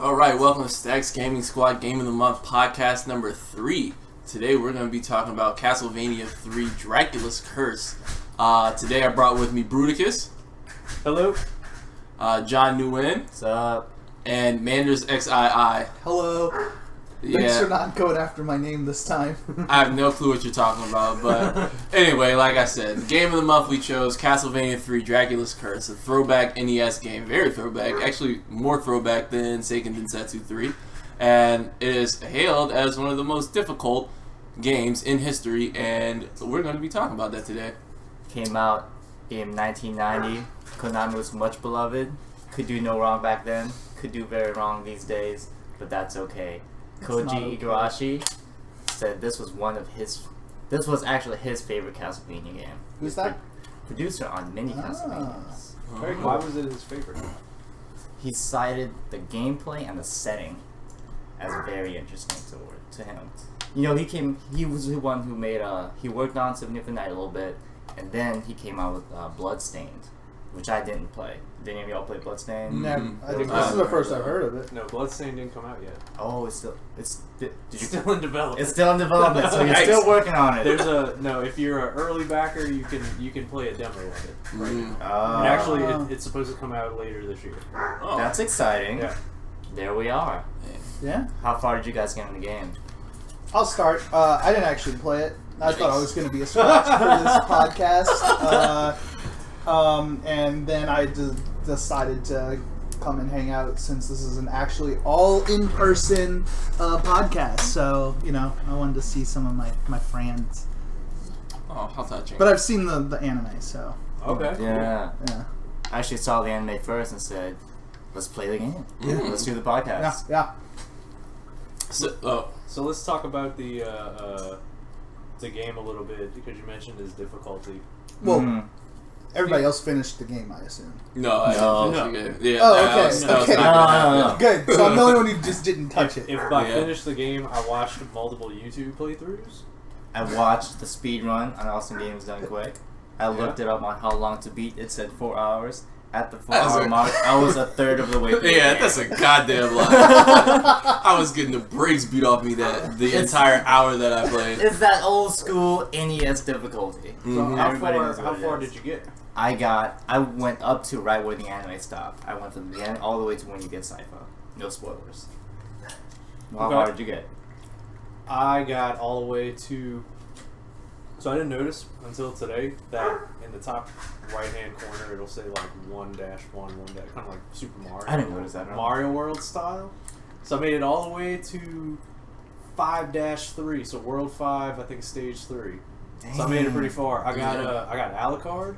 All right, welcome to Stacks Gaming Squad Game of the Month podcast number three. Today we're going to be talking about Castlevania 3 Dracula's Curse. Uh, today I brought with me Bruticus, Hello. uh, John Nguyen, What's up? and Manders XII. Uh, Hello. Thanks for Yeah, not going after my name this time. I have no clue what you're talking about, but anyway, like I said, the game of the month we chose Castlevania 3 Dracula's Curse, a throwback NES game, very throwback, actually more throwback than Seiken Densetsu 3, and it is hailed as one of the most difficult games in history, and we're going to be talking about that today. Came out in 1990. Konami was much beloved. Could do no wrong back then. Could do very wrong these days, but that's okay. not Koji okay. Igarashi said this was one of his. This was actually his favorite Castlevania game. He was Who's that? pro- Producer on many Ah. Castlevanias. Very cool. Why was it his favorite? He cited the gameplay and the setting as very interesting to, to him. You know, he came. He was the one who made. Uh, he worked on Significant Night a little bit, and then he came out with uh, Bloodstained, which I didn't play. Did any of y'all play Bloodstained? No. Mm-hmm. Never. Mm. I, Mm-hmm. this is the first I've heard of it. No, Bloodstained didn't come out yet. Oh, it's still. It's. Did, did you? Still in development. It's still in development, so you're still Yikes. working on it. There's a no. If you're an early backer, you can you can play a demo of it. Right Mm. now. Oh, And actually, it, it's supposed to come out later this year. Oh. that's exciting. Yeah. There we are. Yeah. How far did you guys get in the game? I'll start. Uh, I didn't actually play it. I thought I Nice. was going to be a squash for this podcast. Uh, um, and then I de- decided to come and hang out since this is an actually all in person uh, podcast. So, you know, I wanted to see some of my, my friends. Oh, how touching. But I've seen the, the anime, so, Okay. Yeah. yeah. I actually saw the anime first and said, "Let's play the game. Mm. Let's do the podcast." Yeah, yeah. So, oh, So let's talk about the uh, uh, the game a little bit because you mentioned his difficulty. Well, Mm. everybody else finished the game, I assume. no, I No. didn't finish the game. Yeah, Oh, that okay, was- that was okay. not gonna No, no, no, happen. Good. So I'm the only one who just didn't touch it. If I Yeah. finished the game, I watched multiple YouTube playthroughs. I watched the speed run on Awesome Games Done Quick. I looked it up on how long to beat. It said four hours. At the four That's hour a- mark, I was a third of the way through. Yeah, the that's a game. goddamn lie. I was getting the brakes beat off me that the entire hour that I played. It's that old school NES difficulty. So Mhm. how Mm-hmm. Everybody far knows what how it far is. did you get? I got. I went up to right where the anime stopped. I went from the end all the way to when you get Sypha. No spoilers. How Okay. far did you get? I got all the way to. So I didn't notice until today that in the top right hand corner it'll say like one dash one one dash kind of like Super Mario. I didn't notice that at all. Mario World style. So I made it all the way to five dash three. So World five, I think stage three. So I made it pretty far. I got Yeah. uh, I got Alucard.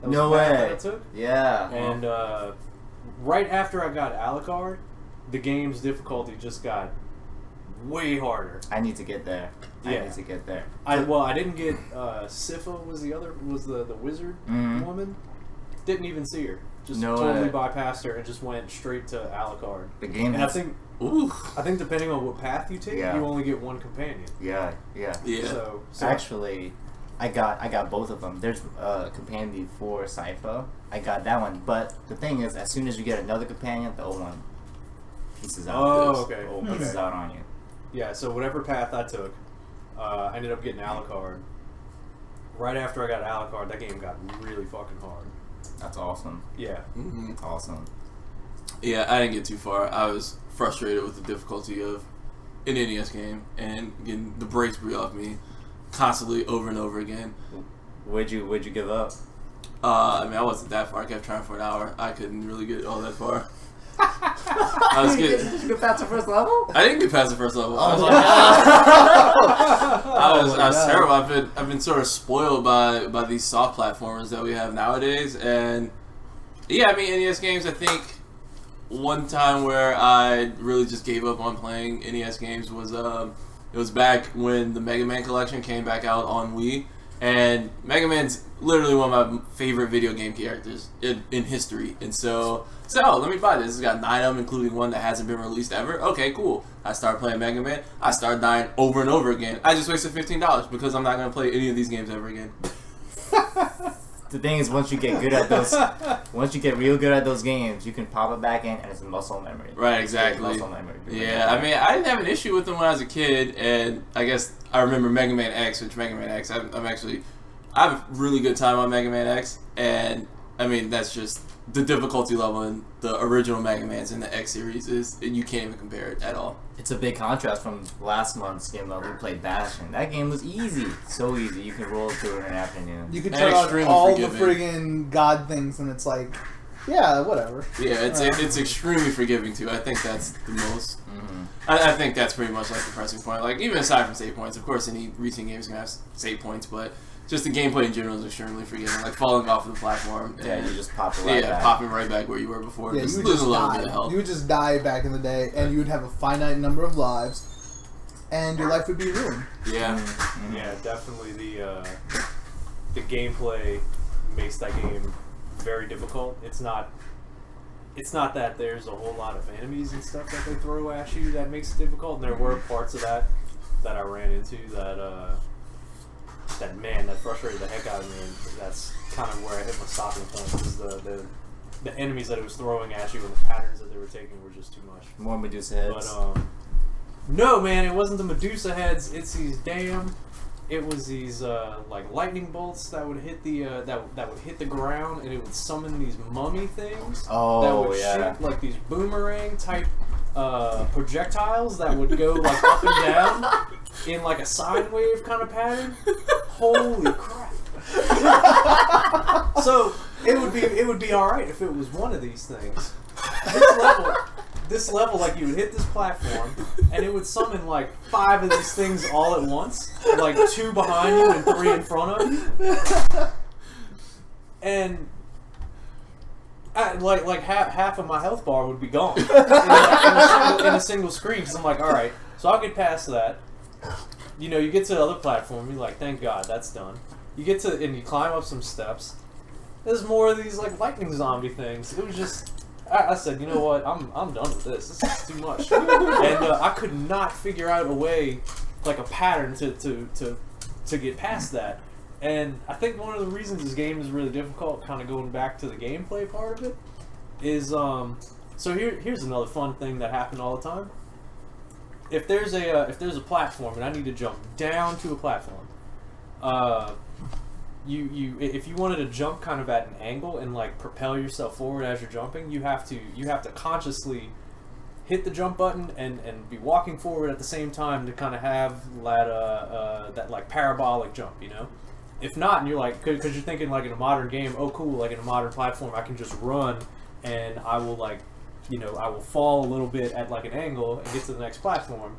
That was No the path way. Oh. that I took. Yeah. And uh, right after I got Alucard, the game's difficulty just got way harder. I need to get there. I Yeah. need to get there. I well, I didn't get uh, Sypha was the other was the the wizard Mhm. woman. Didn't even see her. Just No uh, totally way. bypassed her and just went straight to Alucard. The game And I has. think Ooh. I think depending on what path you take, Yeah. you only get one companion. Yeah, yeah. Yeah. So, so Actually, I got I got both of them. There's a companion for Sypho. I got that one, but the thing is, as soon as you get another companion, the old one pieces out. Oh, The okay. old Okay. pieces out on you. yeah, so whatever path I took, uh, I ended up getting Alucard. Right after I got Alucard, that game got really fucking hard. That's awesome. Yeah. Mhm. That's awesome. Yeah, I didn't get too far. I was frustrated with the difficulty of an NES game and getting the brakes beat off me constantly over and over again. Would you Would you give up? Uh, I mean, I wasn't that far. I kept trying for an hour. I couldn't really get all that far. I was getting. you get past the first level? I didn't get past the first level. I was Oh, like, I was, I was God. terrible. Oh I've been I've been sort of spoiled by by these soft platformers that we have nowadays, and yeah, I mean NES games. I think one time where I really just gave up on playing NES games was um it was back when the Mega Man collection came back out on Wii, and Mega Man's literally one of my favorite video game characters in, in history, and so so oh, let me buy this. It's got nine of them, including one that hasn't been released ever. Okay, cool. I start playing Mega Man. I start dying over and over again. I just wasted fifteen dollars because I'm not gonna play any of these games ever again. the thing is, once you get good at those, once you get real good at those games, you can pop it back in, and it's muscle memory. Right, It's like exactly. Muscle memory. Yeah, I mean, I didn't have an issue with them when I was a kid, and I guess I remember Mega Man X, which Mega Man X, I'm, I'm actually, I have a really good time on Mega Man X, and I mean, that's just the difficulty level in the original Mega Man's in the X series is you can't even compare it at all. It's a big contrast from last month's game that we played Bastion. That game was easy, so easy. You can roll through it in an afternoon. You could And turn on extremely all the forgiving. friggin' god things, and it's like, yeah, whatever. Yeah, it's Right. it's extremely forgiving too. I think that's the most. Mhm. I, I think that's pretty much like the pressing point. Like even aside from save points, of course, any recent game is gonna have s- save points, but just the gameplay in general is extremely forgiving. Like falling off of the platform. Yeah, and- you just pop it yeah, right back. popping right back where you were before. Yeah, just you would lose just a little die. bit of health. You would just die back in the day, and you would have a finite number of lives, and your life would be ruined. yeah, Mhm. Yeah, definitely the uh, the gameplay makes that game very difficult. It's not it's not that there's a whole lot of enemies and stuff that they throw at you that makes it difficult. And there were parts of that that I ran into that uh, that man that frustrated the heck out of me. And that's kind of where I hit my stopping point. Was the, the the enemies that it was throwing at you and the patterns that they were taking were just too much. More Medusa heads. But um, no, man, it wasn't the Medusa heads. It's these damn. It was these uh, like lightning bolts that would hit the uh, that that would hit the ground, and it would summon these mummy things that oh would yeah. shoot like these boomerang type uh, projectiles that would go like up and down in like a sine wave kind of pattern. Holy crap! so it would be it would be all right if it was one of these things. This level, this level, like you would hit this platform, and it would summon like five of these things all at once, like two behind you and three in front of you, and. I, like like half, half of my health bar would be gone in, a- in a, single, in a single screen because I'm like, all right, so I'll get past that. You know, you get to the other platform, you're like, thank God, that's done. You get to and you climb up some steps. There's more of these like lightning zombie things. It was just, I, I said, you know what, I'm I'm done with this. This is too much, and uh, I could not figure out a way, like a pattern to to to to get past that. And I think one of the reasons this game is really difficult, kind of going back to the gameplay part of it, is um. So here here's another fun thing that happened all the time. If there's a uh, if there's a platform and I need to jump down to a platform, uh, you you i- if you wanted to jump kind of at an angle and like propel yourself forward as you're jumping, you have to you have to consciously hit the jump button and and be walking forward at the same time to kind of have that uh, uh that like parabolic jump, you know. If not, and you're like, because you're thinking like in a modern game, oh cool, like in a modern platform, I can just run and I will like, you know, I will fall a little bit at like an angle and get to the next platform.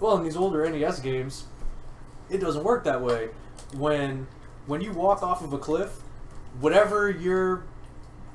Well, in these older NES games, it doesn't work that way. When when you walk off of a cliff, whatever your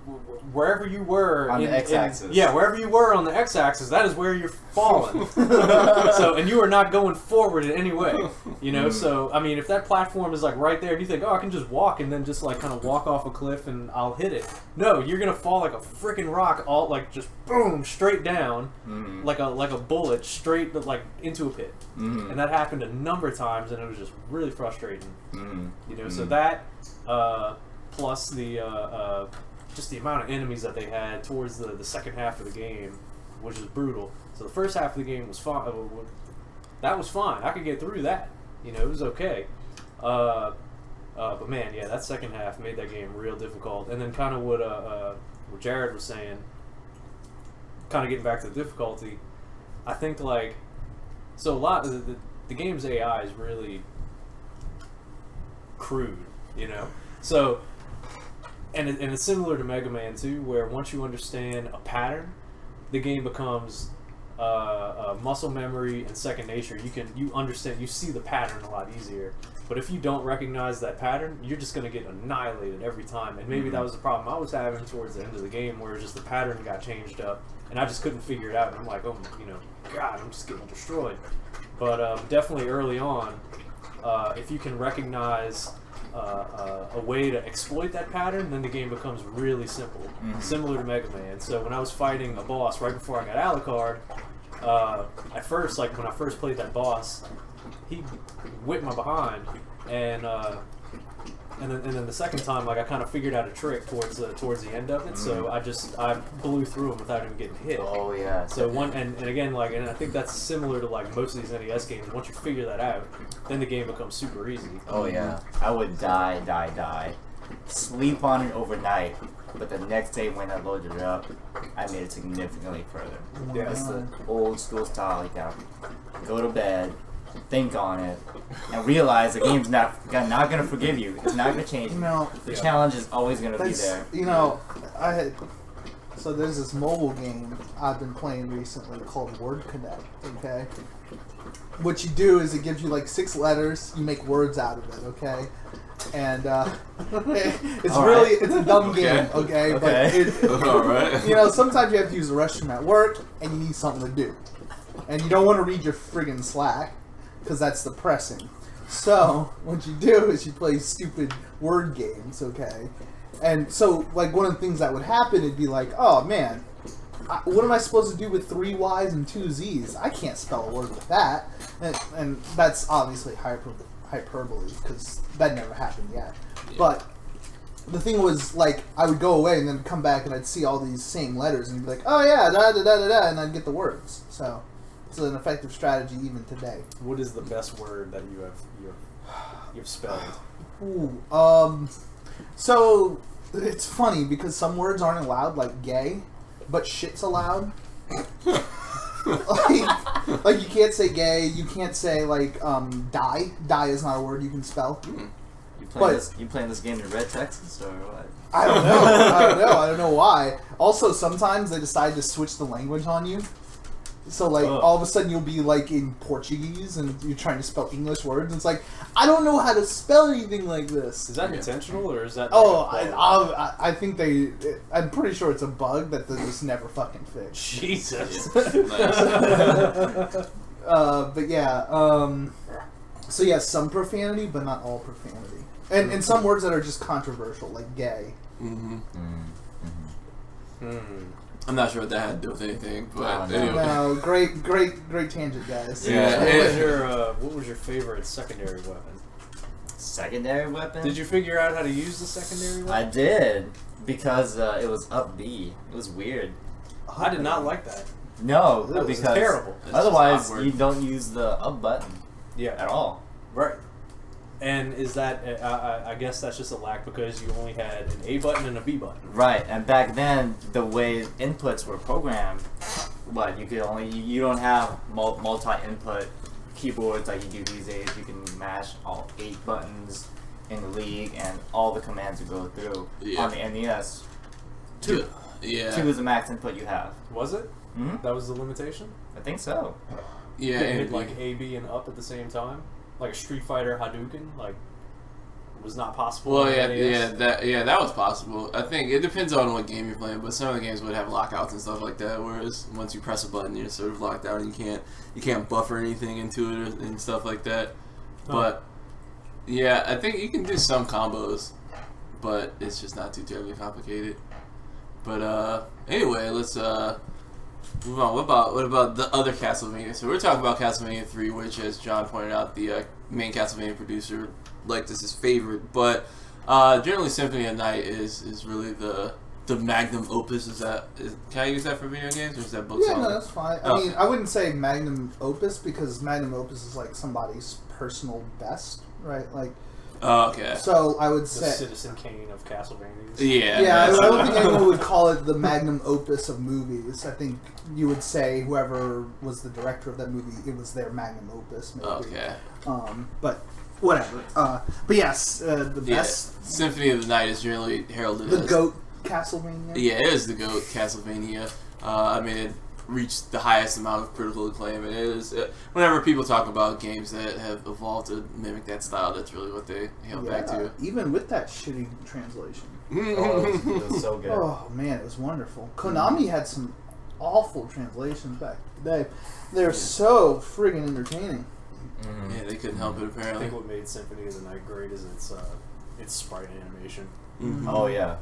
wh- wherever you were On the in- in- x-axis. yeah, wherever you were on the x-axis, that is where you're falling. so and you are not going forward in any way. You know, Mm. so I mean, if that platform is like right there, and you think, oh, I can just walk and then just like kind of walk off a cliff and I'll hit it. No, you're gonna fall like a freaking rock, all like just boom straight down, Mhm. like a like a bullet straight like into a pit. Mhm. And that happened a number of times, and it was just really frustrating. Mhm. You know, so Mhm. that uh, plus the uh, uh, just the amount of enemies that they had towards the, the second half of the game, which is brutal. So the first half of the game was fine. Uh, wa- that was fine. I could get through that. You know, it was okay. Uh, uh, but man, yeah, that second half made that game real difficult. And then kind of what uh, uh, what Jared was saying, kind of getting back to the difficulty. I think like so a lot of the, the, the game's AI is really crude, you know. So, and it, and it's similar to Mega Man 2, where once you understand a pattern, the game becomes uh, uh, muscle memory and second nature. You can you understand you see the pattern a lot easier. But if you don't recognize that pattern, you're just going to get annihilated every time. And maybe that was the problem I was having towards the end of the game, where just the pattern got changed up, and I just couldn't figure it out. And I'm like, oh, my- you know, God, I'm just getting destroyed. But um, definitely early on, uh, if you can recognize uh, uh, a way to exploit that pattern, then the game becomes really simple, Mhm. similar to Mega Man. So when I was fighting a boss right before I got Alucard, uh, at first, like when I first played that boss, he whipped my behind, and uh, and then, and then the second time, like I kind of figured out a trick towards the towards the end of it, so I just I blew through him without even getting hit. Oh yeah. So one and, and again like and I think that's similar to like most of these NES games. Once you figure that out, then the game becomes super easy. Oh yeah. I would die, die, die. Sleep on it overnight, but the next day when I loaded it up, I made it significantly further. Yeah. That's the old school style. Like, um, go to bed, think on it, and realize the game's not got- not gonna forgive you. It's not gonna change. You know, The Yeah. challenge is always gonna be that's e there. you know, I had. So there's this mobile game I've been playing recently called Word Connect. Okay. What you do is it gives you like six letters. You make words out of it. Okay. And uh, it's All really right. it's a dumb Okay. game. Okay. But Okay. it, All right. you know, sometimes you have to use the restroom at work and you need something to do. And you don't want to read your friggin' Slack because that's depressing. So, what you do is you play stupid word games, okay? And so, like, one of the things that would happen, it'd be like, oh man, I, what am I supposed to do with three Y's and two Z's? I can't spell a word with that. And, and that's obviously hyper, hyperbole because that never happened yet. But the thing was like I would go away and then come back and I'd see all these same letters and be like, oh yeah, da da da da da, and I'd get the words. So it's an effective strategy even today. What is the best word that you have you've you've spelled? Ooh, um, so it's funny because some words aren't allowed, like gay, but shit's allowed. like, like you can't say gay, you can't say like um, die. Die is not a word you can spell. You But- playing this? You playing this game in red Texas or what? I don't know. I don't know. I don't know why. Also, sometimes they decide to switch the language on you. So like Oh. all of a sudden you'll be like in Portuguese and you're trying to spell English words. And it's like I don't know how to spell anything like this. Is that Yeah. intentional or is that? oh, I, I, I think they. I'm pretty sure it's a bug that they just never fucking fix. Jesus. Nice. Uh, but yeah. Um, so yeah, some profanity, but not all profanity, and and some words that are just controversial, like gay. hmm Hmm. I'm not sure what that had to do with anything, I but don't anyway. No, great, great, great tangent, guys. Yeah. What was your uh, What was your favorite secondary weapon? Secondary weapon? Did you figure out how to use the secondary I weapon? did because uh, it was up B. It was weird. I, did not like that. No, It was because terrible. It's just otherwise awkward. you don't use the up button Yeah. at all. Right. And is that? Uh, I, I guess that's just a lack because you only had an A button and a B button. Right, and back then the way inputs were programmed, what you could only you, you don't have mul- multi-input keyboards like you do these days. You can mash all eight buttons in the league and all the commands you go through Yeah. on the NES. Two. Yeah. Two is the max input you have. Was it? hmm That was the limitation. I think so. Yeah. Couldn't hit and- like A, B, and up at the same time, like a Street Fighter Hadouken, like was not possible. Well, on E yeah, NES. yeah, that yeah, that was possible. I think it depends on what game you're playing, but some of the games would have lockouts and stuff like that. Whereas once you press a button, you're sort of locked out and you can't you can't buffer anything into it or- and stuff like that. Oh. But yeah, I think you can do some combos, but it's just not too terribly complicated. But uh, anyway, let's uh. Move on. What about what about the other Castlevania? So we're talking about Castlevania Three, which, as John pointed out, the uh, main Castlevania producer liked as his favorite. But uh, generally, Symphony of Night is is really the the magnum opus. Is that is, can I use that for video games or is that books Yeah, only? no, that's fine. I Oh. mean, I wouldn't say magnum opus because magnum opus is like somebody's personal best, right? Like, oh, okay. so I would the say, Citizen Kane of Castlevania. Yeah. yeah, I, I that's- don't think anyone would call it the magnum opus of movies. I think you would say whoever was the director of that movie, it was their magnum opus, maybe. Okay. Um, but whatever. Uh, but yes, uh, the Yeah. best, Symphony of the Night is generally heralded the as goat Castlevania. Yeah, it is the GOAT, Castlevania. Uh, I mean, it reached the highest amount of critical acclaim. and It is. Uh, whenever people talk about games that have evolved to mimic that style, that's really what they hail back Yeah, to. even with that shitty translation. Oh, it, was, it was so good. Oh man, it was wonderful. Konami had some awful translations back in the day. They're so friggin' entertaining. Mhm. yeah, they couldn't help it, I apparently. think what made Symphony of the Night great is its uh, its sprite animation. Mhm. Oh yeah.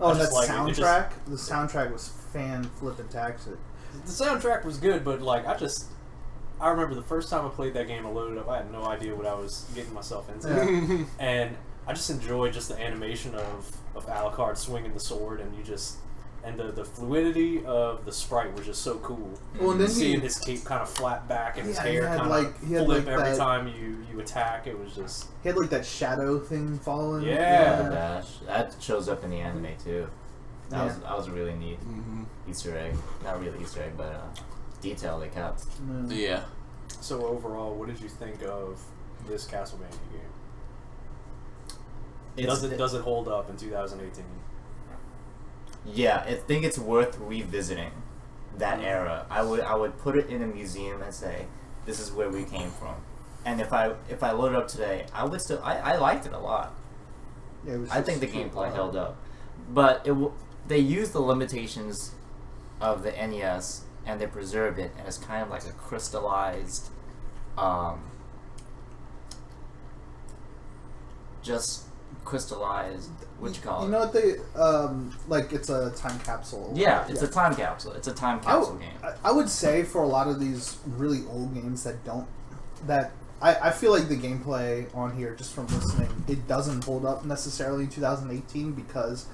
Oh, I and that just like it. It just- soundtrack. The soundtrack was fan flippin' taxi. The soundtrack was good, but like I just I Mm-hmm. remember the first time I played that game, I loaded up. I had no idea what I was getting myself into, Yeah. and I just enjoy just the animation of of Alucard swinging the sword, and you just and the the fluidity of the sprite was just so cool. Well, and then Seeing he, his cape kind of flap back and his Yeah, he hair had, kind of like- he had, flip like, every that- time you you attack. It was just he had like that shadow thing following. him. Yeah. The dash. That shows up in the anime too. That Yeah. was that was a really neat Mm-hmm. Easter egg. Not really Easter egg, but uh, detail they kept. Yeah. Yeah. so. Overall, what did you think of this Castlevania game? It's- Does it does it hold up in 2018? Yeah, I think it's worth revisiting that Mm. era. I would I would put it in a museum and say, this is where we came from. And if I if I load it up today, I would still I, I liked it a lot. Yeah, it was I just think the super gameplay wild. held up, but it w- they used the limitations of the NES and they preserved it, and it's kind of like a crystallized, um, just crystallized. What you call it? You know what they um like? It's a time capsule. yeah, it's a time capsule. It's a time I capsule w- game. I- I would say for a lot of these really old games that don't that I, I feel like the gameplay on here just from listening it doesn't hold up necessarily in 2018 because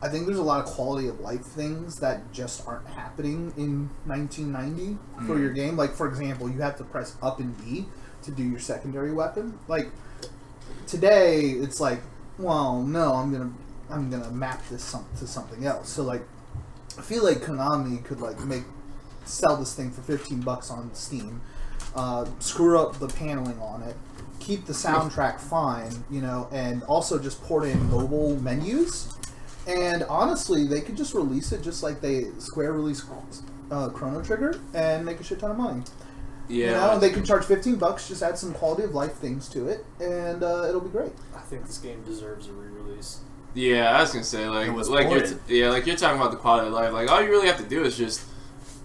I think there's a lot of quality of life things that just aren't happening in 1990 for your game. Like for example, you have to press up and B to do your secondary weapon. Like today, it's like, well, no, I'm gonna I'm gonna map this some, to something else. So like I feel like Konami could like make sell this thing for fifteen bucks on Steam, uh, screw up the paneling on it, keep the soundtrack fine, you know, and also just port in mobile menus. And honestly, they could just release it just like they Square released uh, Chrono Trigger and make a shit ton of money. Yeah. you know, they could charge fifteen bucks, just add some quality of life things to it, and uh, it'll be great. I think this game deserves a re-release. Yeah, I was gonna say like It was like you're t- ported. yeah like you're talking about the quality of life. Like all you really have to do is just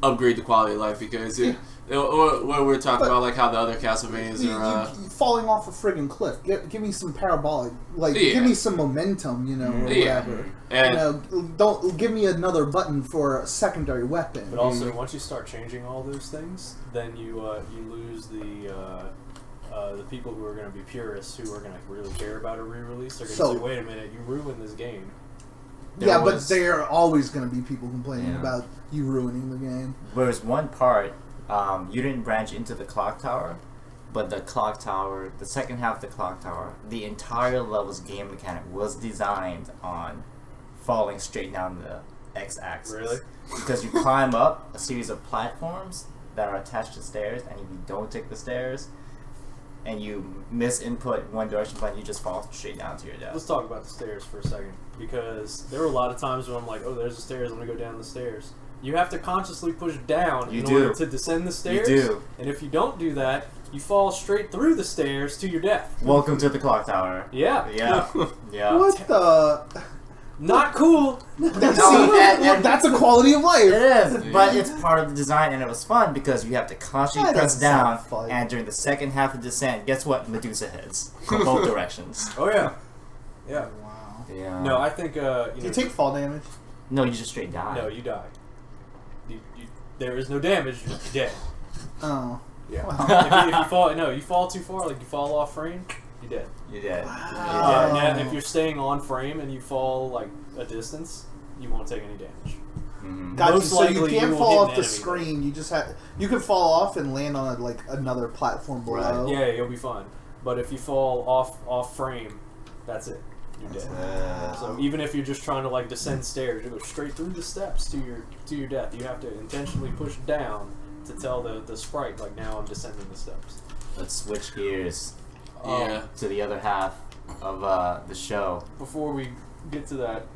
upgrade the quality of life because it, it- or, or we're talking But- about like how the other Castlevanias You- are. Uh, you- you falling off a friggin' cliff. Give, give me some parabolic, like Yeah. give me some momentum, you know, or Yeah. whatever. You and know, don't give me another button for a secondary weapon. But also, once you start changing all those things, then you uh, you lose the uh, uh, the people who are going to be purists who are going to really care about a re-release. They're going to So- say, "Wait a minute, you ruined this game." there yeah, was- but there are always going to be people complaining Yeah. about you ruining the game. There was one part um, you didn't branch into the clock tower, but the clock tower, the second half of the clock tower, the entire level's game mechanic was designed on falling straight down the x-axis. Really? Because you climb up a series of platforms that are attached to stairs, and if you don't take the stairs, and you miss input one direction button, you just fall straight down to your death. Let's talk about the stairs for a second because there were a lot of times when I'm like, "Oh, there's the stairs. I'm going to go down the stairs." You have to consciously push down You in do. order to descend the stairs. do. And if you don't do that, you fall straight through the stairs to your death. Welcome to the clock tower. Yeah. Yeah. Yeah. Oh, What the? Not cool. See, and- well, and- that's a quality of It life. is, but it's part of the design, and it was fun because you have to constantly That press doesn't sound down, fun. and during the second half of descent, guess what? Medusa heads from both directions. Oh yeah. Yeah. Wow. Yeah. No, I think uh, Do you you know, take fall damage? No, you just straight die. No, you die. You, you, there is no damage. You're dead. Oh. Yeah. Wow. if, you, if you fall, no, you fall too far. Like you fall off frame, you're dead. You did. Wow. Yeah, and Oh. if you're staying on frame and you fall like a distance, you won't take any damage. Mhm. Gotcha. Most So you likely can't you will fall hit off an the enemy, though. screen. You just have you can fall off and land on like another platform below. Yeah, you'll be fine. But if you fall off off frame, that's it. You're dead. Mm-hmm. So even if you're just trying to like descend stairs, you go straight through the steps to your to your death. You have to intentionally push down to tell the, the sprite like now I'm descending the steps. Um, Let's switch gears yeah, to the other half of uh, the show. before we get to that,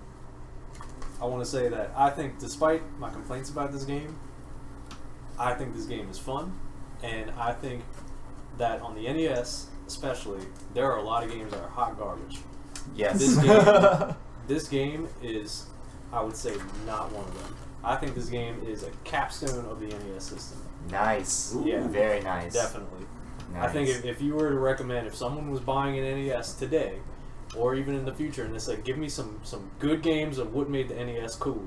I want to say that I think, despite my complaints about this game, I think this game is fun, and I think that on the NES, especially, there are a lot of games that are hot garbage. Yes. This game- This game is, I would say, not one of them. I think this game is a capstone of the NES system. nice. Yeah. Very nice. Definitely. Nice. I think if, if you were to recommend, if someone was buying an NES today, or even in the future, and they said, "Give me some some good games of what made the NES cool,"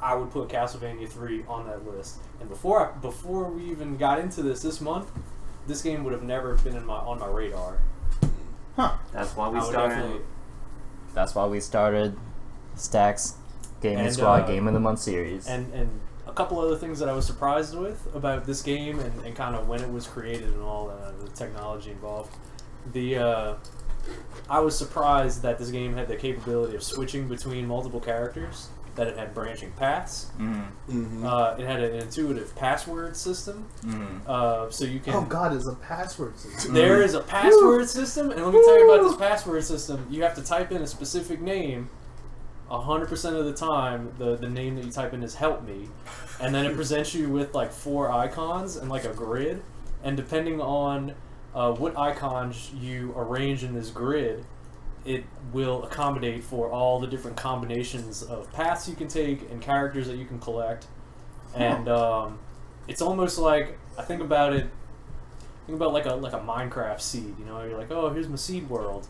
I would put Castlevania three on that list. And before I, before we even got into this this month, this game would have never been in my on my radar. Huh. That's why we I would started. definitely- That's why we started Stacks Gaming And, Squad uh, Game of the Month series. and and a couple other things that I was surprised with about this game and, and kind of when it was created and all uh, the technology involved. The uh, I was surprised that this game had the capability of switching between multiple characters. That it had branching paths. mm, Mm-hmm. Uh, it had an intuitive password system, mm. uh, so you can. Oh God, is a password system. There is a password system, and let me tell you about this password system. You have to type in a specific name. 100% of the time, the, the name that you type in is help me. And then it presents you with like four icons and like a grid. And depending on uh, what icons you arrange in this grid, it will accommodate for all the different combinations of paths you can take and characters that you can collect. And um, it's almost like, I think about it Think about like a like a Minecraft seed. You know, you're like, oh, here's my seed world.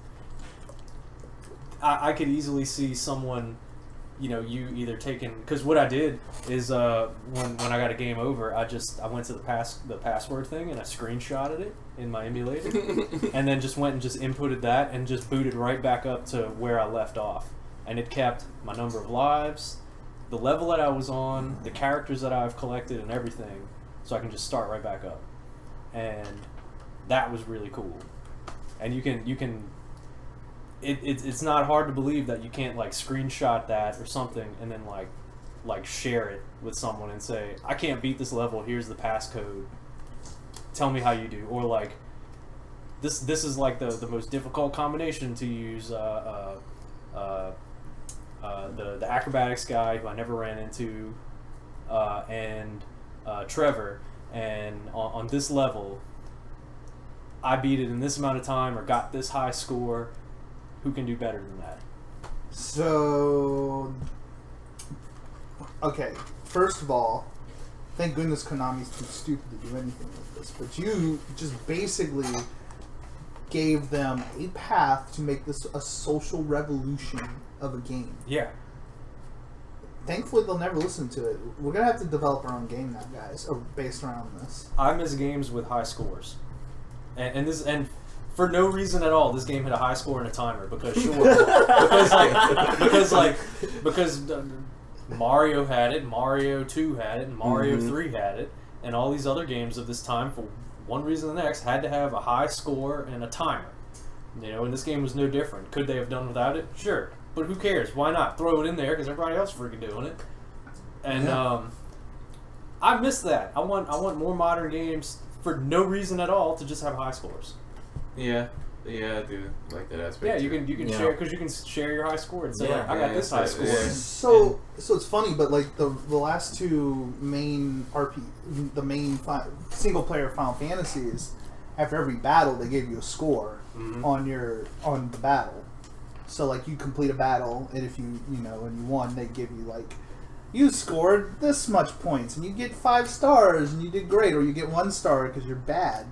I, I could easily see someone, you know, you either taking because what I did is uh, when when I got a game over, I just I went to the pass the password thing and I screenshotted it in my emulator, and then just went and just inputted that and just booted right back up to where I left off, and it kept my number of lives, the level that I was on, the characters that I've collected, and everything, so I can just start right back up and that was really cool. And you can you can it, it it's not hard to believe that you can't like screenshot that or something and then like like share it with someone and say I can't beat this level. Here's the passcode. Tell me how you do or like this this is like the the most difficult combination to use. Uh, uh, uh, uh, the the acrobatics guy who I never ran into, uh, and uh, Trevor, and on, on this level, I beat it in this amount of time or got this high score. Who can do better than that? So, okay. First of all, thank goodness Konami's too stupid to do anything with this. But you just basically gave them a path to make this a social revolution of a game. Yeah, Thankfully, they'll never listen to it. We're gonna have to develop our own game now, guys, or based around this. I miss games with high scores, and, and this and for no reason at all, this game had a high score and a timer because sure. because like because like because uh, Mario had it, Mario Two had it, and Mario Mhm. Three had it, and all these other games of this time for one reason or the next had to have a high score and a timer. You know, and this game was no different. Could they have done without it? Sure, but who cares? Why not throw it in there because everybody else is freaking doing it. And Yeah. um, I miss that. I want I want more modern games for no reason at all to just have high scores. yeah, yeah, I do like that aspect. Yeah, you too. can you can Yeah. share because you can share your high score and say Yeah. like, I got Yeah, this yeah, high yeah. score. So, so it's funny, but like the the last two main RP, the main fi- single player Final Fantasies, after every battle they gave you a score Mhm. on your on the battle. So like you complete a battle, and if you you know and you won, they give you like you scored this much points, and you get five stars, and you did great, or you get one star because you're bad,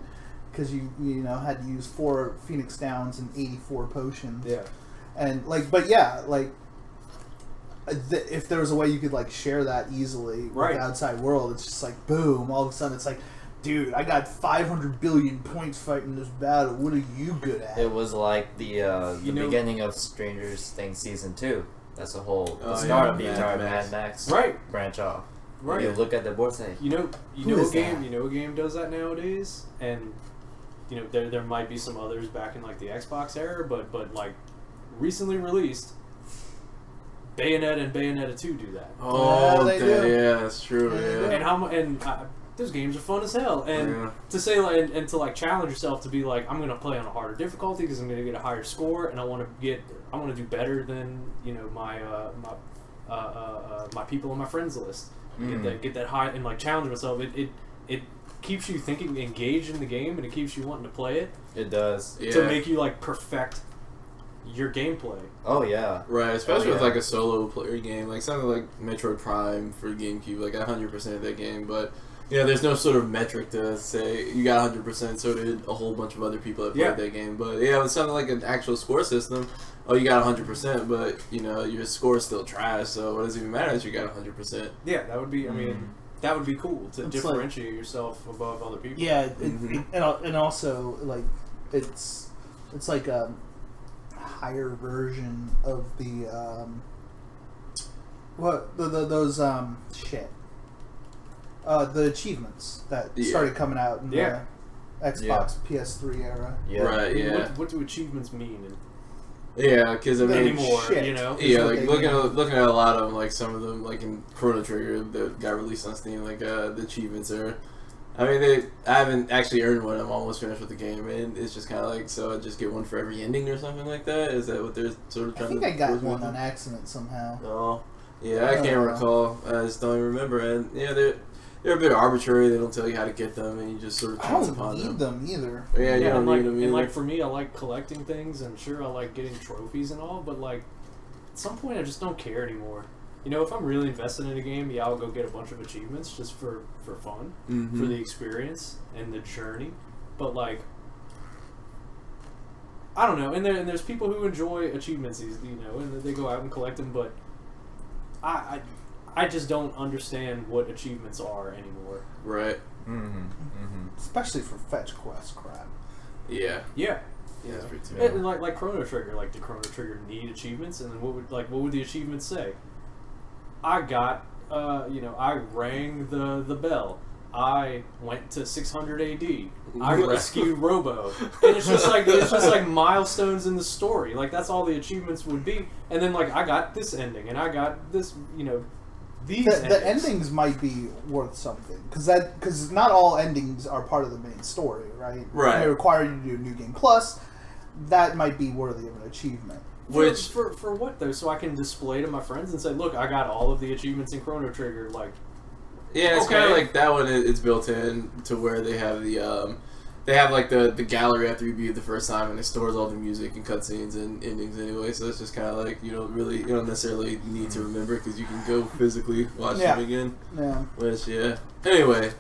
because you you know had to use four Phoenix Downs and eighty four potions Yeah. and like but yeah like uh, th- if there was a way you could like share that easily Right. with the outside world it's just like boom all of a sudden it's like dude i got 500 billion points fighting this battle what are you good at It was like the uh, the You know- beginning of Strangers Things season two. That's the whole the Oh, yeah, start of the Mad entire Max. Mad Max Right. branch off. Right. You look at the board and say, You know, you Who know is a game. that? You know a game does that nowadays, and you know there there might be some others back in like the Xbox era, but but like recently released, Bayonetta and Bayonetta two do that. Oh, Yeah, they that- do. yeah, that's true. Yeah, they Yeah. do. And how mu- and uh, those games are fun as hell. And Yeah. to say like and, and to like challenge yourself to be like I'm gonna play on a harder difficulty because I'm gonna get a higher score and I want to get I want to do better than you know my uh, my uh, uh, uh, my people on my friends list. Get Mm. that get that high and like challenge myself. It it it keeps you thinking engaged in the game and it keeps you wanting to play it it does. Yeah. to make you like perfect your gameplay. Oh yeah. Right, especially Oh, with yeah. like a solo player game, like something like Metroid Prime for GameCube, like hundred percent of that game. But you know, there's no sort of metric to say you got hundred percent. So did a whole bunch of other people that played Yeah. that game. But yeah, with something like an actual score system, oh, you got hundred percent, but you know your score's still trash. So what does it even matter that you got hundred percent? Yeah, that would be. I mean, that would be cool to It's like- differentiate yourself above other people. yeah it, Mhm. and, al- and also like it's it's like um, higher version of the um, what the, the, those um shit uh, the achievements that Yeah. started coming out in Yeah. the Xbox PS3 era. Yeah. I Right. mean, Yeah. What, what do achievements mean Yeah. Because I and mean, Maybe anymore? shit. You know. Yeah, It's like okay. looking at looking at a lot of them, like some of them, like in Chrono Trigger that got released on Steam, like uh, the achievements are. I mean, they I haven't actually earned one. I'm almost finished with the game, and it's just kind of like so I just get one for every ending or something like that. Is that what they're sort of I trying think to? I got towards one with on it? accident somehow. No. Yeah, I I can't don't know. recall. I just don't even remember. And yeah, they're they're a bit arbitrary. They don't tell you how to get them, and you just sort of I chance don't upon need them. them either. Yeah, you don't and like, need them and like either. for me, I like collecting things, and sure, I like getting trophies and all, but like, at some point, I just don't care anymore. You know, if I'm really invested in a game, yeah, I'll go get a bunch of achievements just for for fun, Mhm. for the experience and the journey. But like, I don't know. And there and there's people who enjoy achievements, these you know, and they go out and collect them. But I I, I just don't understand what achievements are anymore. Right. Mm-hmm. Mm-hmm. Especially for fetch quest crap. Yeah. Yeah, Yeah. That's pretty And- And like like Chrono Trigger, like did Chrono Trigger need achievements? And then what would like what would the achievements say? I got uh, you know I rang the the bell. I went to 600 AD. I rescued Robo. And it's just like it's just like milestones in the story. Like that's all the achievements would be. And then like I got this ending, and I got this you know The, these the endings. endings might be worth something because that because not all endings are part of the main story, right? Right. They require you to do new game plus. That might be worthy of an achievement. Which for, for for what though? So I can display to my friends and say, look, I got all of the achievements in Chrono Trigger. Like Yeah, it's Okay. kind of like that one. it- It's built in to where they have the um, they have like the the gallery after you beat it the first time, and it stores all the music and cutscenes and endings anyway. So it's just kind of like you don't really you don't necessarily need to remember because you can go physically watch Yeah. them again. Yeah. Which yeah. Anyway,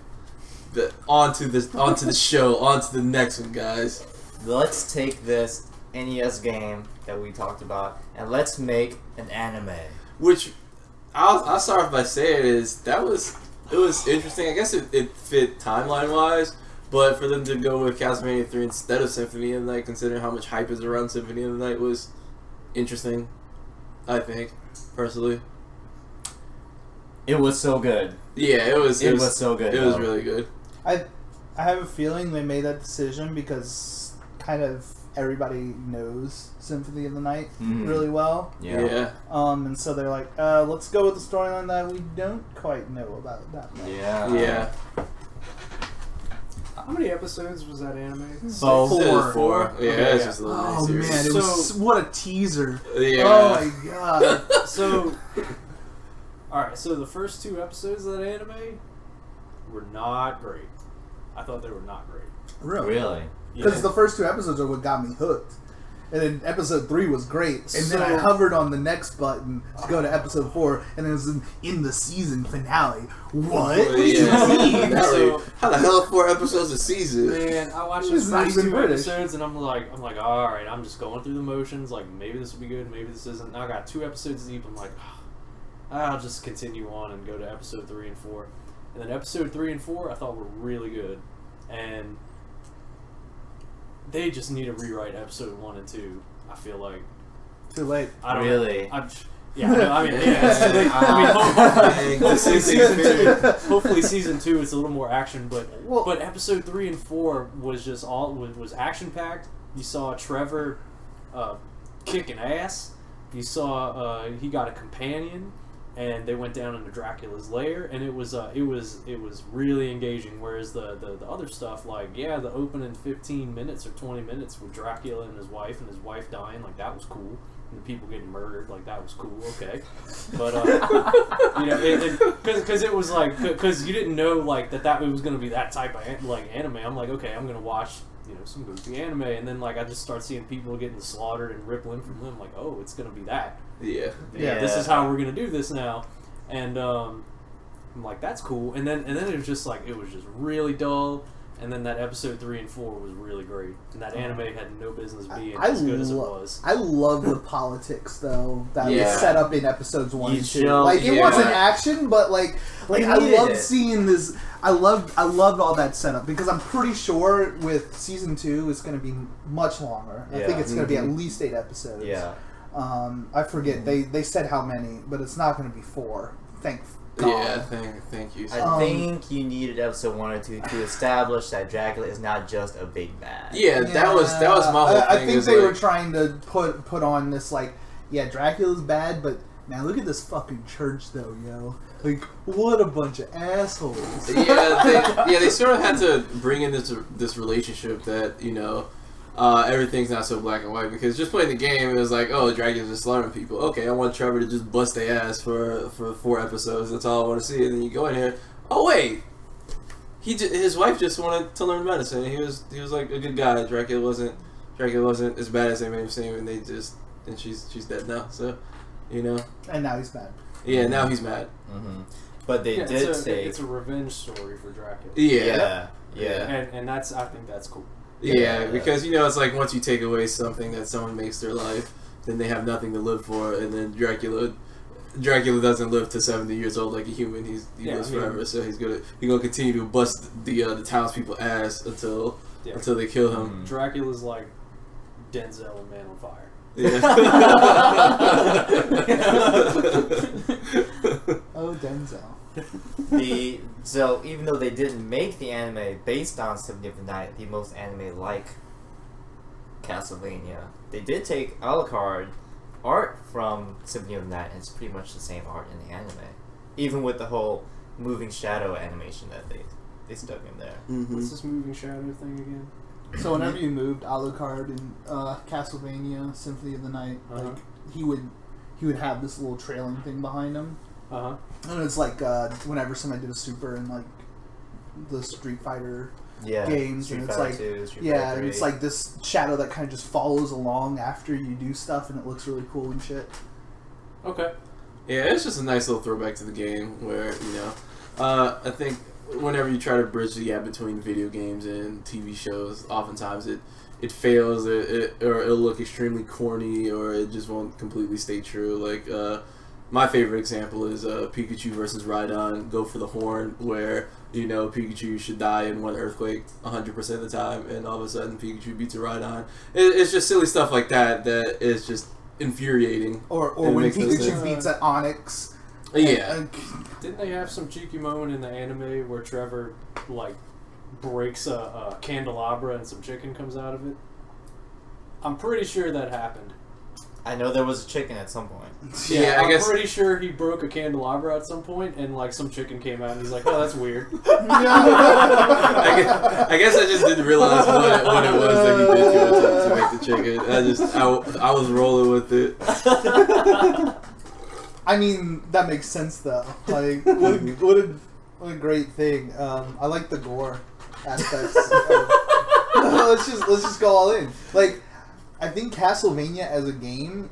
the onto this onto the show onto the next one, guys. Let's take this NES game that we talked about and let's make an anime. Which I'll I'll start off by saying is that was it was interesting. I guess it, it fit timeline wise, but for them to go with Castlevania three instead of Symphony of the Night, considering how much hype is around Symphony of the Night, was interesting. I think personally, It was so good. yeah, it was. It was so good, It was though. really good. I I have a feeling they made that decision because kind of everybody knows Symphony of the Night Mm. really well. Yeah, yeah, Um, and so they're like, uh, let's go with the storyline that we don't quite know about that much. Yeah. how many episodes was that anime? So It was Four. four. Yeah, it's yeah. just a little Oh miniseries. man, it was what a teaser. Yeah. Oh my god. So, all right. So the first two episodes of that anime were not great. I thought they were not great. Really? Because Yeah. the first two episodes are what got me hooked. And then episode three was great. And then I So- hovered on the next button to go to episode four, and it was in, in the season finale. What? What did you Yeah. mean? Not really. Oh, So- How the hell four episodes a season? Man, I watched It's those not first even two British. episodes and I'm like, I'm like, all right, I'm just going through the motions. Like maybe this will be good, maybe this isn't. Now I got two episodes deep. I'm like, "Ah, I'll just continue on and go to episode three and four, and then episode three and four I thought were really good, and they just need to rewrite episode one and two. I feel like Too late. I don't Really? I'm, yeah, no, I mean, yeah, it's too late. I Dang, mean, this hopefully, hopefully is season good. two, hopefully season two is a little more action, but Well- but episode three and four was just all was, was action packed. You saw Trevor uh, kicking ass. You saw uh, he got a companion, and they went down into Dracula's lair, and it was uh, it was it was really engaging. Whereas the, the the other stuff, like yeah, the opening fifteen minutes or twenty minutes with Dracula and his wife, and his wife dying, like that was cool. And the people getting murdered, like that was cool. Okay, but uh, you know, because because it was like because you didn't know like that that was gonna be that type of an- like anime. I'm like, okay, I'm gonna watch you know some goofy anime, and then like I just start seeing people getting slaughtered and rip limb from limb. Like, oh, it's gonna be that. Yeah. Yeah, Yeah. this is how we're gonna do this now, and um, I'm like, that's cool. And then and then it was just like it was just really dull. And then that episode three and four was really great, and that anime had no business being Uh-huh. I as good as it lo- was. I love the politics though that Yeah. was set up in episodes one You and two. jump- like it yeah. wasn't action, but like like You I needed loved it. seeing this. I loved I loved all that setup because I'm pretty sure with season two it's going to be much longer. I think Yeah. Mm-hmm. it's going to be at Mhm. least eight episodes. Yeah. Mm-hmm. Um, I forget they they said how many, but it's not going to be four. Thank God. Yeah, thank, thank you. I Um, think you needed episode one or two to establish that Dracula is not just a big bad. yeah, that was that was my whole I, I thing. think is they like, were trying to put put on this like, yeah, Dracula's bad, but man, look at this fucking church though, yo. Like, what a bunch of assholes. yeah, they, yeah, they sort of had to bring in this this relationship that you know uh, everything's not so black and white because just playing the game it was like oh dragons are slaughtering people okay I want Trevor to just bust their ass for for four episodes that's all I want to see and then you go in here oh wait he j- his wife just wanted to learn medicine he was he was like a good guy Dracula wasn't Dracula wasn't as bad as they made him seem and they just and she's she's dead now so you know and now he's bad. yeah now he's mad hmm But they Yeah, did it's, a, say. it's a revenge story for Dracula. yeah. Yeah. And, and that's I think that's cool. Yeah, Yeah. because you know it's like once you take away something that someone makes their life, then they have nothing to live for, and then Dracula, Dracula doesn't live to seventy years old like a human. He's he Yeah, lives I mean- forever, so he's gonna he's gonna continue to bust the uh, the townspeople ass until Yeah. until they kill him. Mhm. Dracula's like Denzel and Man on Fire. Mm-hmm. Yeah. Oh Denzel. the so even though they didn't make the anime based on Symphony of the Night, the most anime like Castlevania, they did take Alucard art from Symphony of the Night, and it's pretty much the same art in the anime, even with the whole moving shadow animation that they they stuck in there. Mhm. What's this moving shadow thing again? So whenever you moved Alucard in uh, Castlevania Symphony of the Night, Uh-huh. like he would he would have this little trailing thing behind him, Uh huh. and it's like uh, whenever somebody did a super and like the Street Fighter Yeah, Games, Street and it's Fighter like- 2, Street Yeah, Fighter and it's 3. like this shadow that kind of just follows along after you do stuff, and it looks really cool and shit. Okay. Yeah, it's just a nice little throwback to the game where, you know, uh, I think whenever you try to bridge the gap between video games and TV shows, oftentimes it, it fails it, it, or it'll look extremely corny or it just won't completely stay true. Like, uh, my favorite example is uh, Pikachu versus Rhydon, Go for the Horn, where, you know, Pikachu should die in one earthquake 100% of the time, and all of a sudden Pikachu beats a Rhydon. It, it's just silly stuff like that that is just infuriating. Or or It when makes no Pikachu sense. beats an Onyx. Yeah. and- Didn't they have some cheeky moment in the anime where Trevor like breaks a, a candelabra and some chicken comes out of it? I'm pretty sure that happened. I know there was a chicken at some point. Yeah, I I'm guess- pretty sure he broke a candelabra at some point, and like some chicken came out, and he's like, "Oh, that's weird." I guess, I guess I just didn't realize what it, what it was that he did to, it to, to make the chicken. I just I, w- I was rolling with it. I mean, that makes sense though. Like, what a, what a, what a great thing. Um, I like the gore aspects. of, let's just let's just go all in. Like, I think Castlevania as a game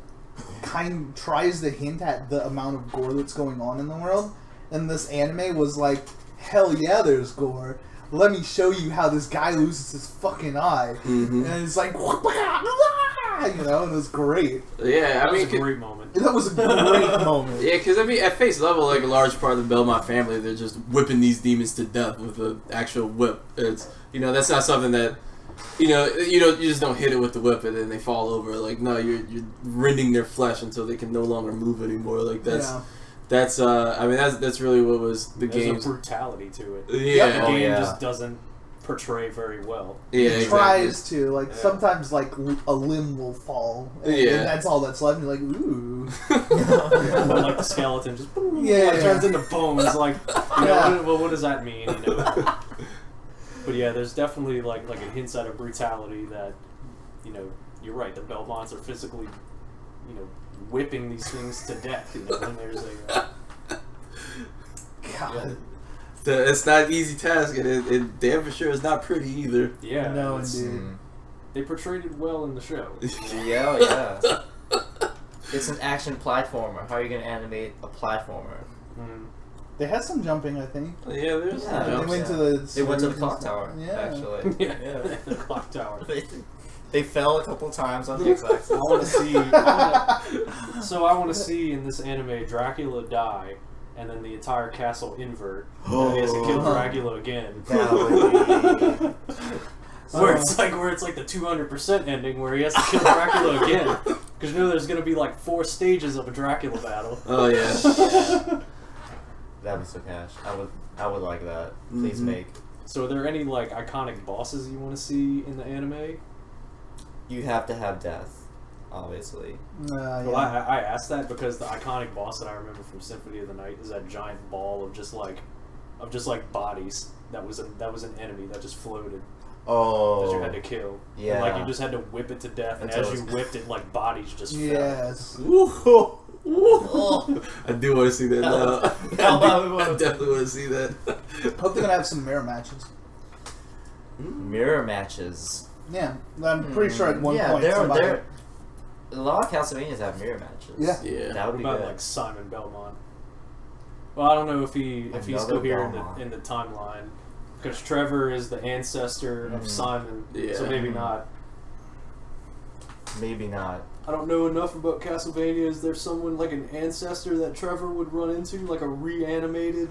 kind tries to hint at the amount of gore that's going on in the world, and this anime was like, hell yeah, there's gore. Let me show you how this guy loses his fucking eye, Mhm. and it's like, you know, and it was great. Yeah, That I was mean, a c- great moment. That was a great moment. yeah, because I mean, at face level, like a large part of the Belmont family, they're just whipping these demons to death with an actual whip. It's you know that's not something that. You know, you know, you just don't hit it with the whip, and then they fall over. Like, no, you're you're rending their flesh until they can no longer move anymore. Like that's Yeah. that's uh, I mean, that's that's really what was the There's game's a brutality to it. Yeah, The Oh, game yeah. just doesn't portray very well. yeah, he exactly. tries to like Yeah. sometimes like l- a limb will fall and, Yeah. and that's all that's left and you're like ooh But, like the skeleton just Yeah. like, turns into bones. Like, you know, Yeah. what, well, what does that mean? You know. but yeah, there's definitely like like a hint at a brutality that, you know, you're right. The Belmonts are physically, you know, whipping these things to death. You know, and there's a uh, god The, it's not an easy task, and it, it damn for sure is not pretty either. yeah. no it's- dude Mm. They portrayed it well in the show. Yeah, yeah. It's an action platformer. How are you gonna animate a platformer? Mm. They had some jumping, I think. Yeah, there's Yeah, some they jumps. went yeah. to the. They went to the swings clock and tower. stuff. Yeah. Actually, Yeah, the clock tower. they, they fell a couple times on the exact. I want to see. so I want to see in this anime Dracula die, and then the entire castle invert, and he has to kill Oh. Dracula again. That would be- Where it's like where it's like the two hundred percent ending, where he has to kill Dracula again, because you know there's gonna be like four stages of a Dracula battle. Oh yeah. That'd be so cash. I would. I would like that. Please Mhm. Mm-hmm. make. So are there any like iconic bosses you want to see in the anime? You have to have death, obviously. Uh, Well, yeah. I, I asked that because the iconic boss that I remember from Symphony of the Night is that giant ball of just like, of just like bodies. That was a, that was an enemy that just floated Oh. that you had to kill. And, Yeah. like you just had to whip it to death, and Until as you it's- whipped it, like bodies just fell. Yes. Woo-hoo. Woo-hoo. I do want to see that now. Hell- I, hell, do- I would wanna- I definitely want to see that. Hope they're gonna have some mirror matches. mirror matches. Yeah, I'm pretty Hmm. sure at one yeah, point there, somebody. there. A lot of Castlevanias have mirror matches. Yeah. Yeah. That would What be about good. like Simon Belmont? Well, I don't know if he if he's Another still here in the, Belmont. in the timeline because Trevor is the ancestor Mm. of Simon, so Yeah. maybe not. Maybe not. I don't know enough about Castlevania. Is there someone like an ancestor that Trevor would run into, like a reanimated?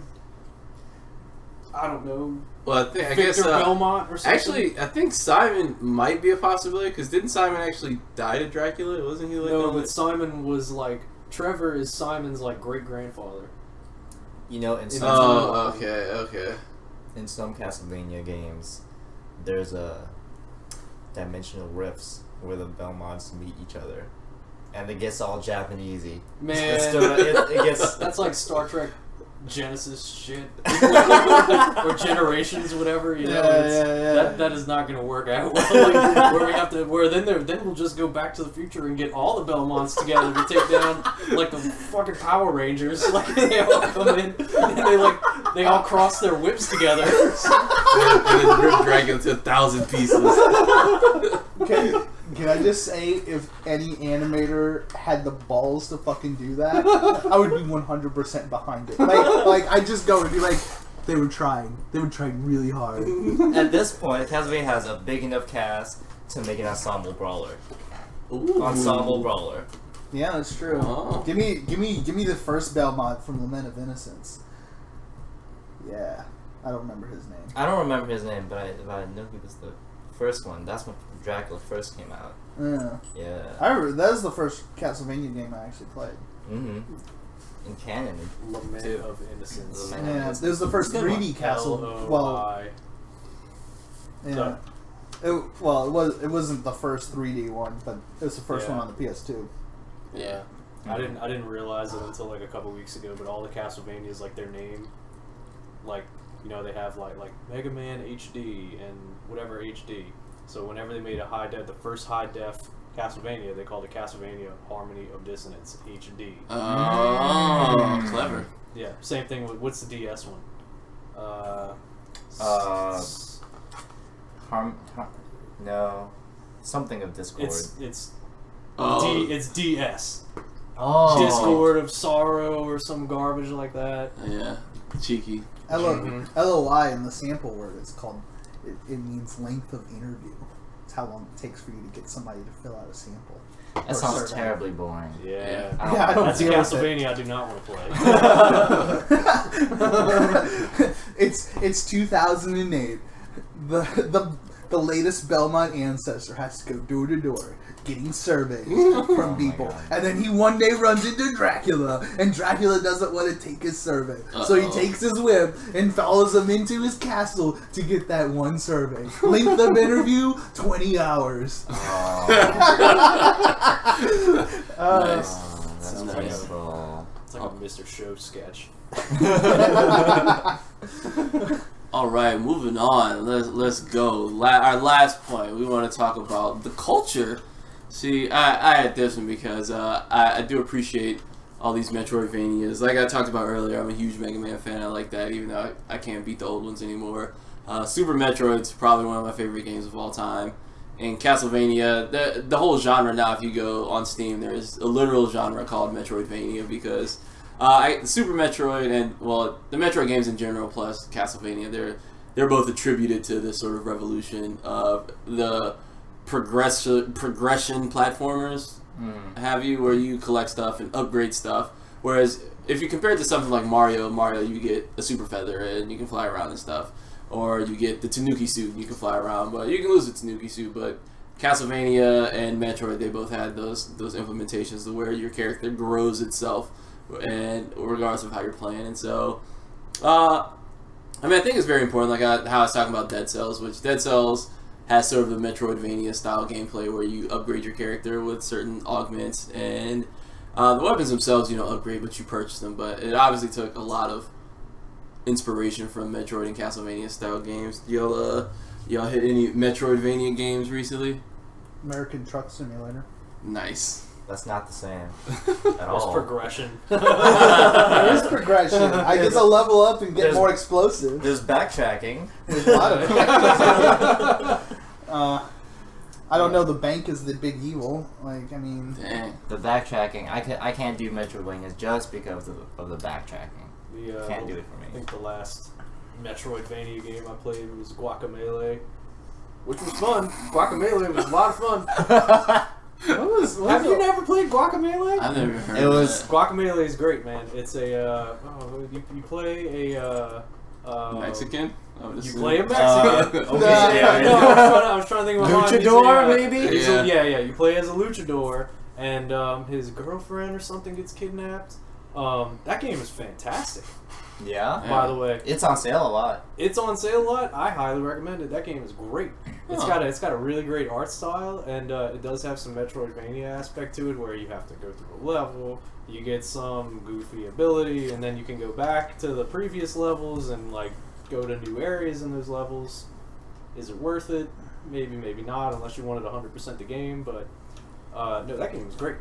I don't know, Well, I think I Victor guess uh, Belmont or something. actually I think Simon might be a possibility because didn't Simon actually die to Dracula? Wasn't he like no, on but the- Simon was like Trevor is Simon's like great grandfather. You know, in some, Oh, okay, okay. in some Castlevania games, there's a dimensional rifts where the Belmonts meet each other, and it gets all Japanesey. Man, It's still- it, it gets. that's like Star Trek Genesis shit or or Generations, whatever. You know, Yeah, it's- yeah, yeah. That, that is not going to work out well. Like, where we have to, where then there, then we'll just go back to the future and get all the Belmonts together to take down like the fucking Power Rangers. Like they all come in and they like they all cross their whips together. and then rip Dracula to a thousand pieces. Can, can I just say, if any animator had the balls to fucking do that, I would be 100% behind it. Like, like I just go and be like, they were trying. They were trying really hard. At this point, Castlevania has a big enough cast to make an ensemble brawler. Ooh. Ensemble brawler. Yeah, that's true. Oh. Give me, give me, give me the first Belmont from *Lament of Innocence*. Yeah, I don't remember his name. I don't remember his name, but I, but I know he was the first one. That's when Dracula first came out. Yeah. Yeah. I remember that was the first Castlevania game I actually played. Mm-hmm. In canon. Lament Two. of Innocence. Lament. Yeah, it was the first 3D Castle. Well, L-O-I. yeah. It, well, it was it wasn't the first 3D one, but it was the first Yeah. one on the PS2. Yeah. I didn't I didn't realize it until like a couple weeks ago, but all the Castlevanias like their name, like you know they have like like Mega Man HD and whatever HD. So whenever they made a high def, the first high def Castlevania, they called it Castlevania Harmony of Dissonance HD. Oh, clever. Yeah, same thing with what's the DS one? Uh, Uh, s- Harm, harm. No. Something of Discord. it's it's Oh, D, it's DS oh. Discord of Sorrow or some garbage like that. Oh, yeah. Cheeky. LO, Mhm. LOI in the sample word is called. It, it means length of interview. It's how long it takes for you to get somebody to fill out a sample. That sounds terribly boring. Yeah, I don't- Yeah, I don't that's deal with it. Castlevania. I do not want to play. it's it's 2008. The the the latest Belmont ancestor has to go door to door getting surveys Oh my from people, God. and then he one day runs into Dracula, and Dracula doesn't want to take his survey, so he Uh-oh. takes his whip and follows him into his castle to get that one survey. Length of interview twenty hours. Oh, Uh, nice. oh, that's Sounds nice. terrible. It's like a Mr. Show sketch. All right, moving on. Let's let's go. La- our last point. We want to talk about the culture. See, I, I had this one because uh, I, I do appreciate all these Metroidvanias. Like I talked about earlier, I'm a huge Mega Man fan. I like that, even though I, I can't beat the old ones anymore. Uh, Super Metroid's probably one of my favorite games of all time. And Castlevania, the, the whole genre now, if you go on Steam, there's a literal genre called Metroidvania because Uh, I, Super Metroid and well, the Metroid games in general, plus Castlevania, they're they're both attributed to this sort of revolution of the progression progression platformers Mm. have you where you collect stuff and upgrade stuff. Whereas if you compare it to something like Mario, Mario you get a super feather and you can fly around and stuff, or you get the Tanuki suit and you can fly around, but you can lose the Tanuki suit. But Castlevania and Metroid they both had those those implementations to where your character grows itself, and regardless of how you're playing, and so. Uh, I mean, I think it's very important, like I, how I was talking about Dead Cells, which Dead Cells has sort of the Metroidvania style gameplay where you upgrade your character with certain augments and uh, the weapons themselves you don't upgrade but you purchase them. But it obviously took a lot of inspiration from Metroid and Castlevania style games. Y'all, uh, y'all hit any Metroidvania games recently? American Truck Simulator. Nice. That's not the same at That's There's all. progression. there is progression. I get to level up and get There's- more explosive. There's backtracking. There's a lot of- Uh, I don't know. The bank is the big evil. Like, I mean, Dang. The backtracking, I can I can't do Metroidvania just because of the, of the backtracking. The, uh, Can't do it for me. I think the last Metroidvania game I played was Guacamelee, which was fun. Guacamelee was a lot of fun. what was, what Have was you the- never played Guacamelee? I've never heard. It of was- that. Guacamelee is great, man. It's a uh, oh, you, you play a uh, uh, Mexican. Oh, I would You assume. play a Uh, Mexican. okay, Nah. yeah, no, I was, trying to, I was trying to think of one. He's a, Luchador, uh, maybe? he's a- Yeah. yeah, yeah. You play as a luchador, and um, his girlfriend or something gets kidnapped. Um, that game is fantastic, Yeah. by the way. It's on sale a lot. It's on sale a lot. I highly recommend it. That game is great. It's Huh. got a, it's got a really great art style, and uh, it does have some Metroidvania aspect to it, where you have to go through a level, you get some goofy ability, and then you can go back to the previous levels and like go to new areas in those levels. Is it worth it? Maybe, maybe not, unless you wanted 100% the game. But uh, no, that game was great.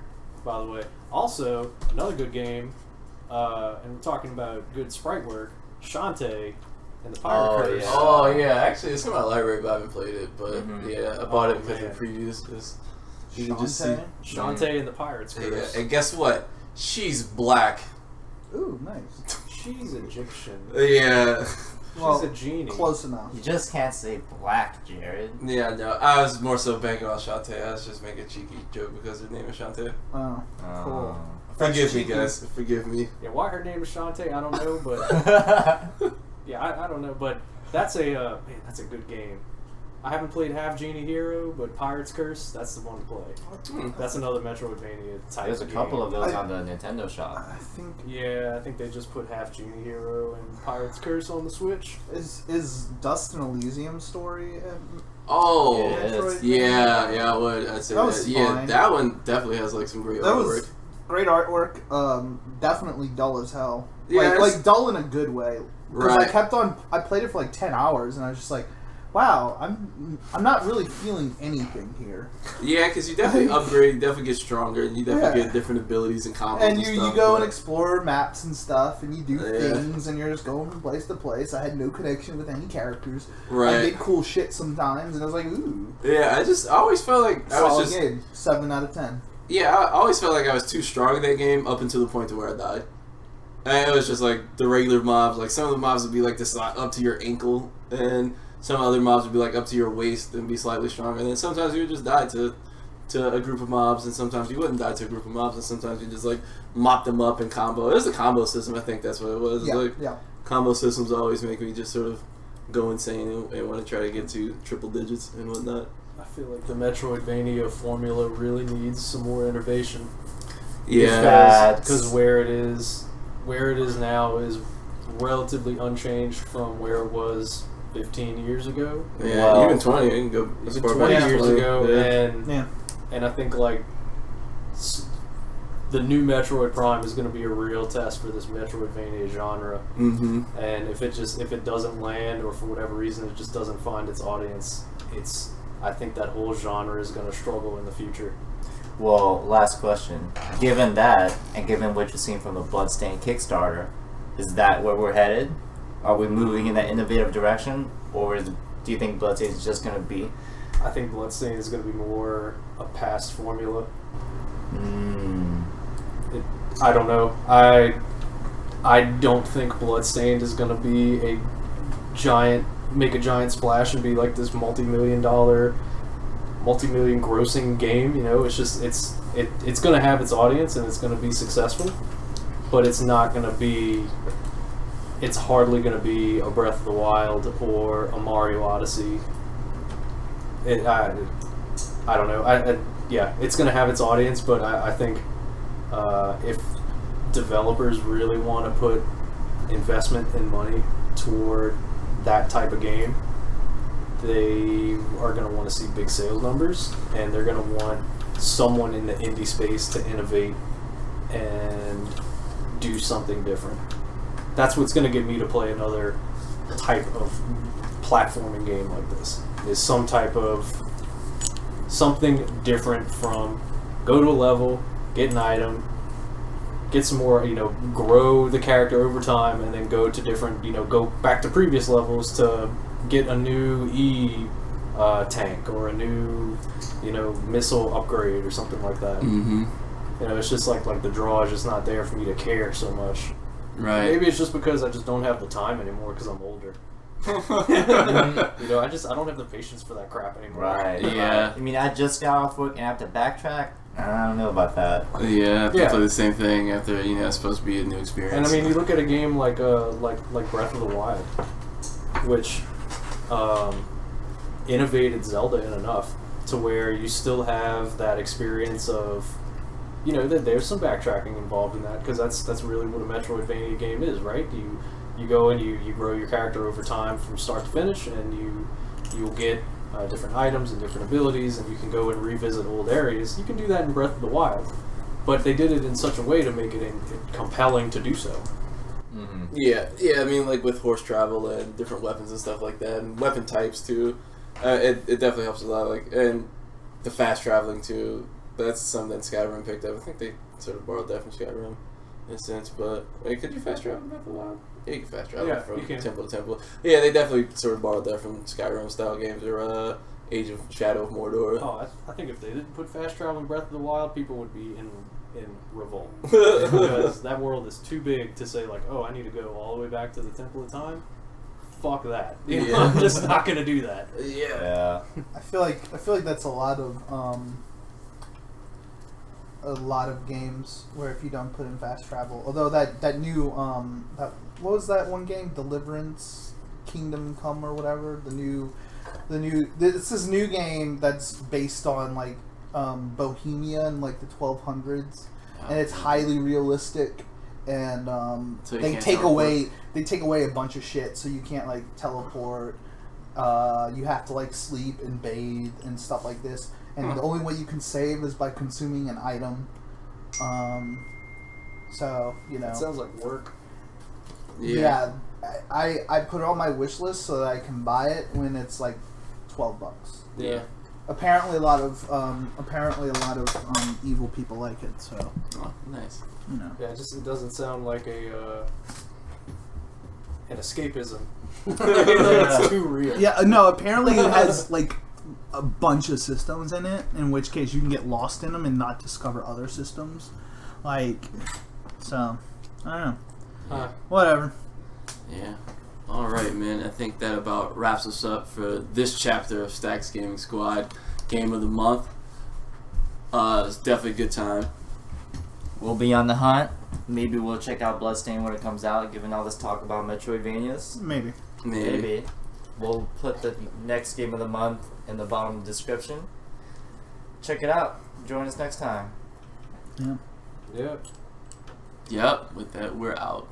By the way, also another good game, uh, and we're talking about good sprite work. Shantae and the Pirate Oh, Curse. yeah. Oh yeah, actually it's in my library, but I haven't played it. But Mhm. yeah, I bought Oh, it because man. of previews. Is you can just see. Shantae? Shantae and the Pirates Yeah, Curse. and guess what? She's black. Ooh, nice. She's Egyptian. Yeah, She's Well, a genie. Close enough. You just can't say black, Jared. yeah. No, I was more so banking on Shantae. I was just making a cheeky joke because her name is Shantae. Oh, cool. Um, Forgive me, cheeky. guys. Forgive me. Yeah, why her name is Shantae, I don't know, but Um, yeah, I, I don't know, but that's a uh, man, that's a good game. I haven't played Half Genie Hero, but Pirates Curse, that's the one to play. Hmm. That's another Metroidvania type. There's a game. couple of those I- on the Nintendo shop. I think Yeah, I think they just put Half Genie Hero and Pirates Curse on the Switch. is is Dust and Elysium story. uh, Oh. Yeah. Yeah. Metroid? Yeah, I would. I'd say That that. was yeah, fine. that one definitely has like some great That artwork. was great artwork. Um, definitely dull as hell. Yeah, like it's- like dull in a good way. Because Right. I kept on. I played it for like ten hours, and I was just like, "Wow, I'm I'm not really feeling anything here." Yeah, because you definitely upgrade, you definitely get stronger, and you definitely Yeah. get different abilities and combos. And you stuff, you go but- and explore maps and stuff, and you do Yeah. things, and you're just going from place to place. I had no connection with any characters. I right. did cool shit sometimes, and I was like, "Ooh, Yeah, I just I always felt like I was solid just game, seven out of ten. Yeah, I I always felt like I was too strong in that game up until the point to where I died. And it was just like the regular mobs. Like some of the mobs would be like this like, up to your ankle, and some other mobs would be like up to your waist and be slightly stronger. And then sometimes you would just die to to a group of mobs, and sometimes you wouldn't die to a group of mobs, and sometimes you just like mop them up and combo. It was a combo system, I think that's what it was. Yeah, Like yeah. combo systems always make me just sort of go insane and, and want to try to get to triple digits and whatnot. I feel like the Metroidvania formula really needs some more innovation. Yeah, That's- because where it is, where it is now is relatively unchanged from where it was 15 years ago, yeah. Well- even twenty, you can go as even far 20 back as years 20. ago, Yeah. and Yeah. and I think like s- the new Metroid Prime is going to be a real test for this Metroidvania genre, Mm-hmm. and if it just if it doesn't land or for whatever reason it just doesn't find its audience, it's I think that whole genre is going to struggle in the future. Well, last question. Given that, and given what you've seen from the Bloodstained Kickstarter, is that where we're headed? Are we moving in that innovative direction, or is, do you think Bloodstained is just going to be I think Bloodstained is going to be more a past formula. mm, I don't know. I I don't think Bloodstained is going to be a giant, make a giant splash and be like this multi-million dollar, multi-million grossing game. You know, it's just it's it, it's going to have its audience and it's going to be successful, but it's not going to be. It's hardly going to be a Breath of the Wild or a Mario Odyssey. It, I, I don't know. I, I yeah, it's going to have its audience, but I, I think uh, if developers really want to put investment and money toward that type of game, they are going to want to see big sales numbers, and they're going to want someone in the indie space to innovate and do something different. That's what's going to get me to play another type of platforming game like this. Is some type of something different from go to a level, get an item, get some more, you know, grow the character over time, and then go to different, you know, go back to previous levels to get a new E uh, tank or a new, you know, missile upgrade or something like that. Mm-hmm. You know, it's just like like the draw is just not there for me to care so much. Right. Maybe it's just because I just don't have the time anymore because I'm older. You know, I just I don't have the patience for that crap anymore. uh, Right. Yeah. I mean, I just got off work and I have to backtrack. I don't know about that. yeah, I Yeah. play the same thing after you know it's supposed to be a new experience. And I mean, you look at a game like uh, like like Breath of the Wild, which um, innovated Zelda in enough to where you still have that experience of, you know, that there's some backtracking involved in that because that's that's really what a Metroidvania game is, right? You you go and you, you grow your character over time from start to finish, and you you'll get uh, different items and different abilities, and you can go and revisit old areas. You can do that in Breath of the Wild, but they did it in such a way to make it in, compelling to do so. Mm-hmm. Yeah, yeah. I mean, like with horse travel and different weapons and stuff like that, and weapon types too. Uh, it, it definitely helps a lot. Like and the fast traveling too. That's something that Skyrim picked up. I think they sort of borrowed that from Skyrim, in a sense. But like, could you fast travel in Breath of the Wild? Yeah, you can fast travel Yeah, from you can. temple to temple. Yeah, they definitely sort of borrowed that from Skyrim style games or uh, Age of Shadow of Mordor. Oh, I, I think if they didn't put fast travel in Breath of the Wild, people would be in in revolt because that world is too big to say like, oh, I need to go all the way back to the Temple of Time. Fuck that! You know, Yeah. I'm just not gonna do that. yeah. Yeah. I feel like I feel like that's a lot of um, a lot of games where if you don't put in fast travel, although that that new um, that what was that one game, Deliverance, Kingdom Come or whatever, the new, the new this this new game that's based on like um, Bohemia and like the 1200s, and it's highly realistic. And um, So you they can't take away they take away a bunch of shit, so you can't like teleport uh, you have to like sleep and bathe and stuff like this. And Hmm. the only way you can save is by consuming an item. Um, so you know, That sounds like work. yeah. yeah, I, I I put it on my wish list so that I can buy it when it's like twelve bucks. Yeah. Apparently, a lot of um, apparently a lot of um, evil people like it. So Oh, nice. you know, Yeah, it just it doesn't sound like a uh, an escapism. Yeah. It's too real. yeah, uh, no. Apparently, it has like a bunch of systems in it. In which case, you can get lost in them and not discover other systems. Like, so I don't know. Huh. Whatever. Yeah. All right, man. I think that about wraps us up for this chapter of Stacks Gaming Squad Game of the Month. Uh, it's definitely a good time. We'll be on the hunt. Maybe we'll check out Bloodstained when it comes out, given all this talk about Metroidvanias. Maybe. Maybe. Maybe. We'll put the next game of the month in the bottom description. Check it out. Join us next time. Yep. Yep. With that, we're out.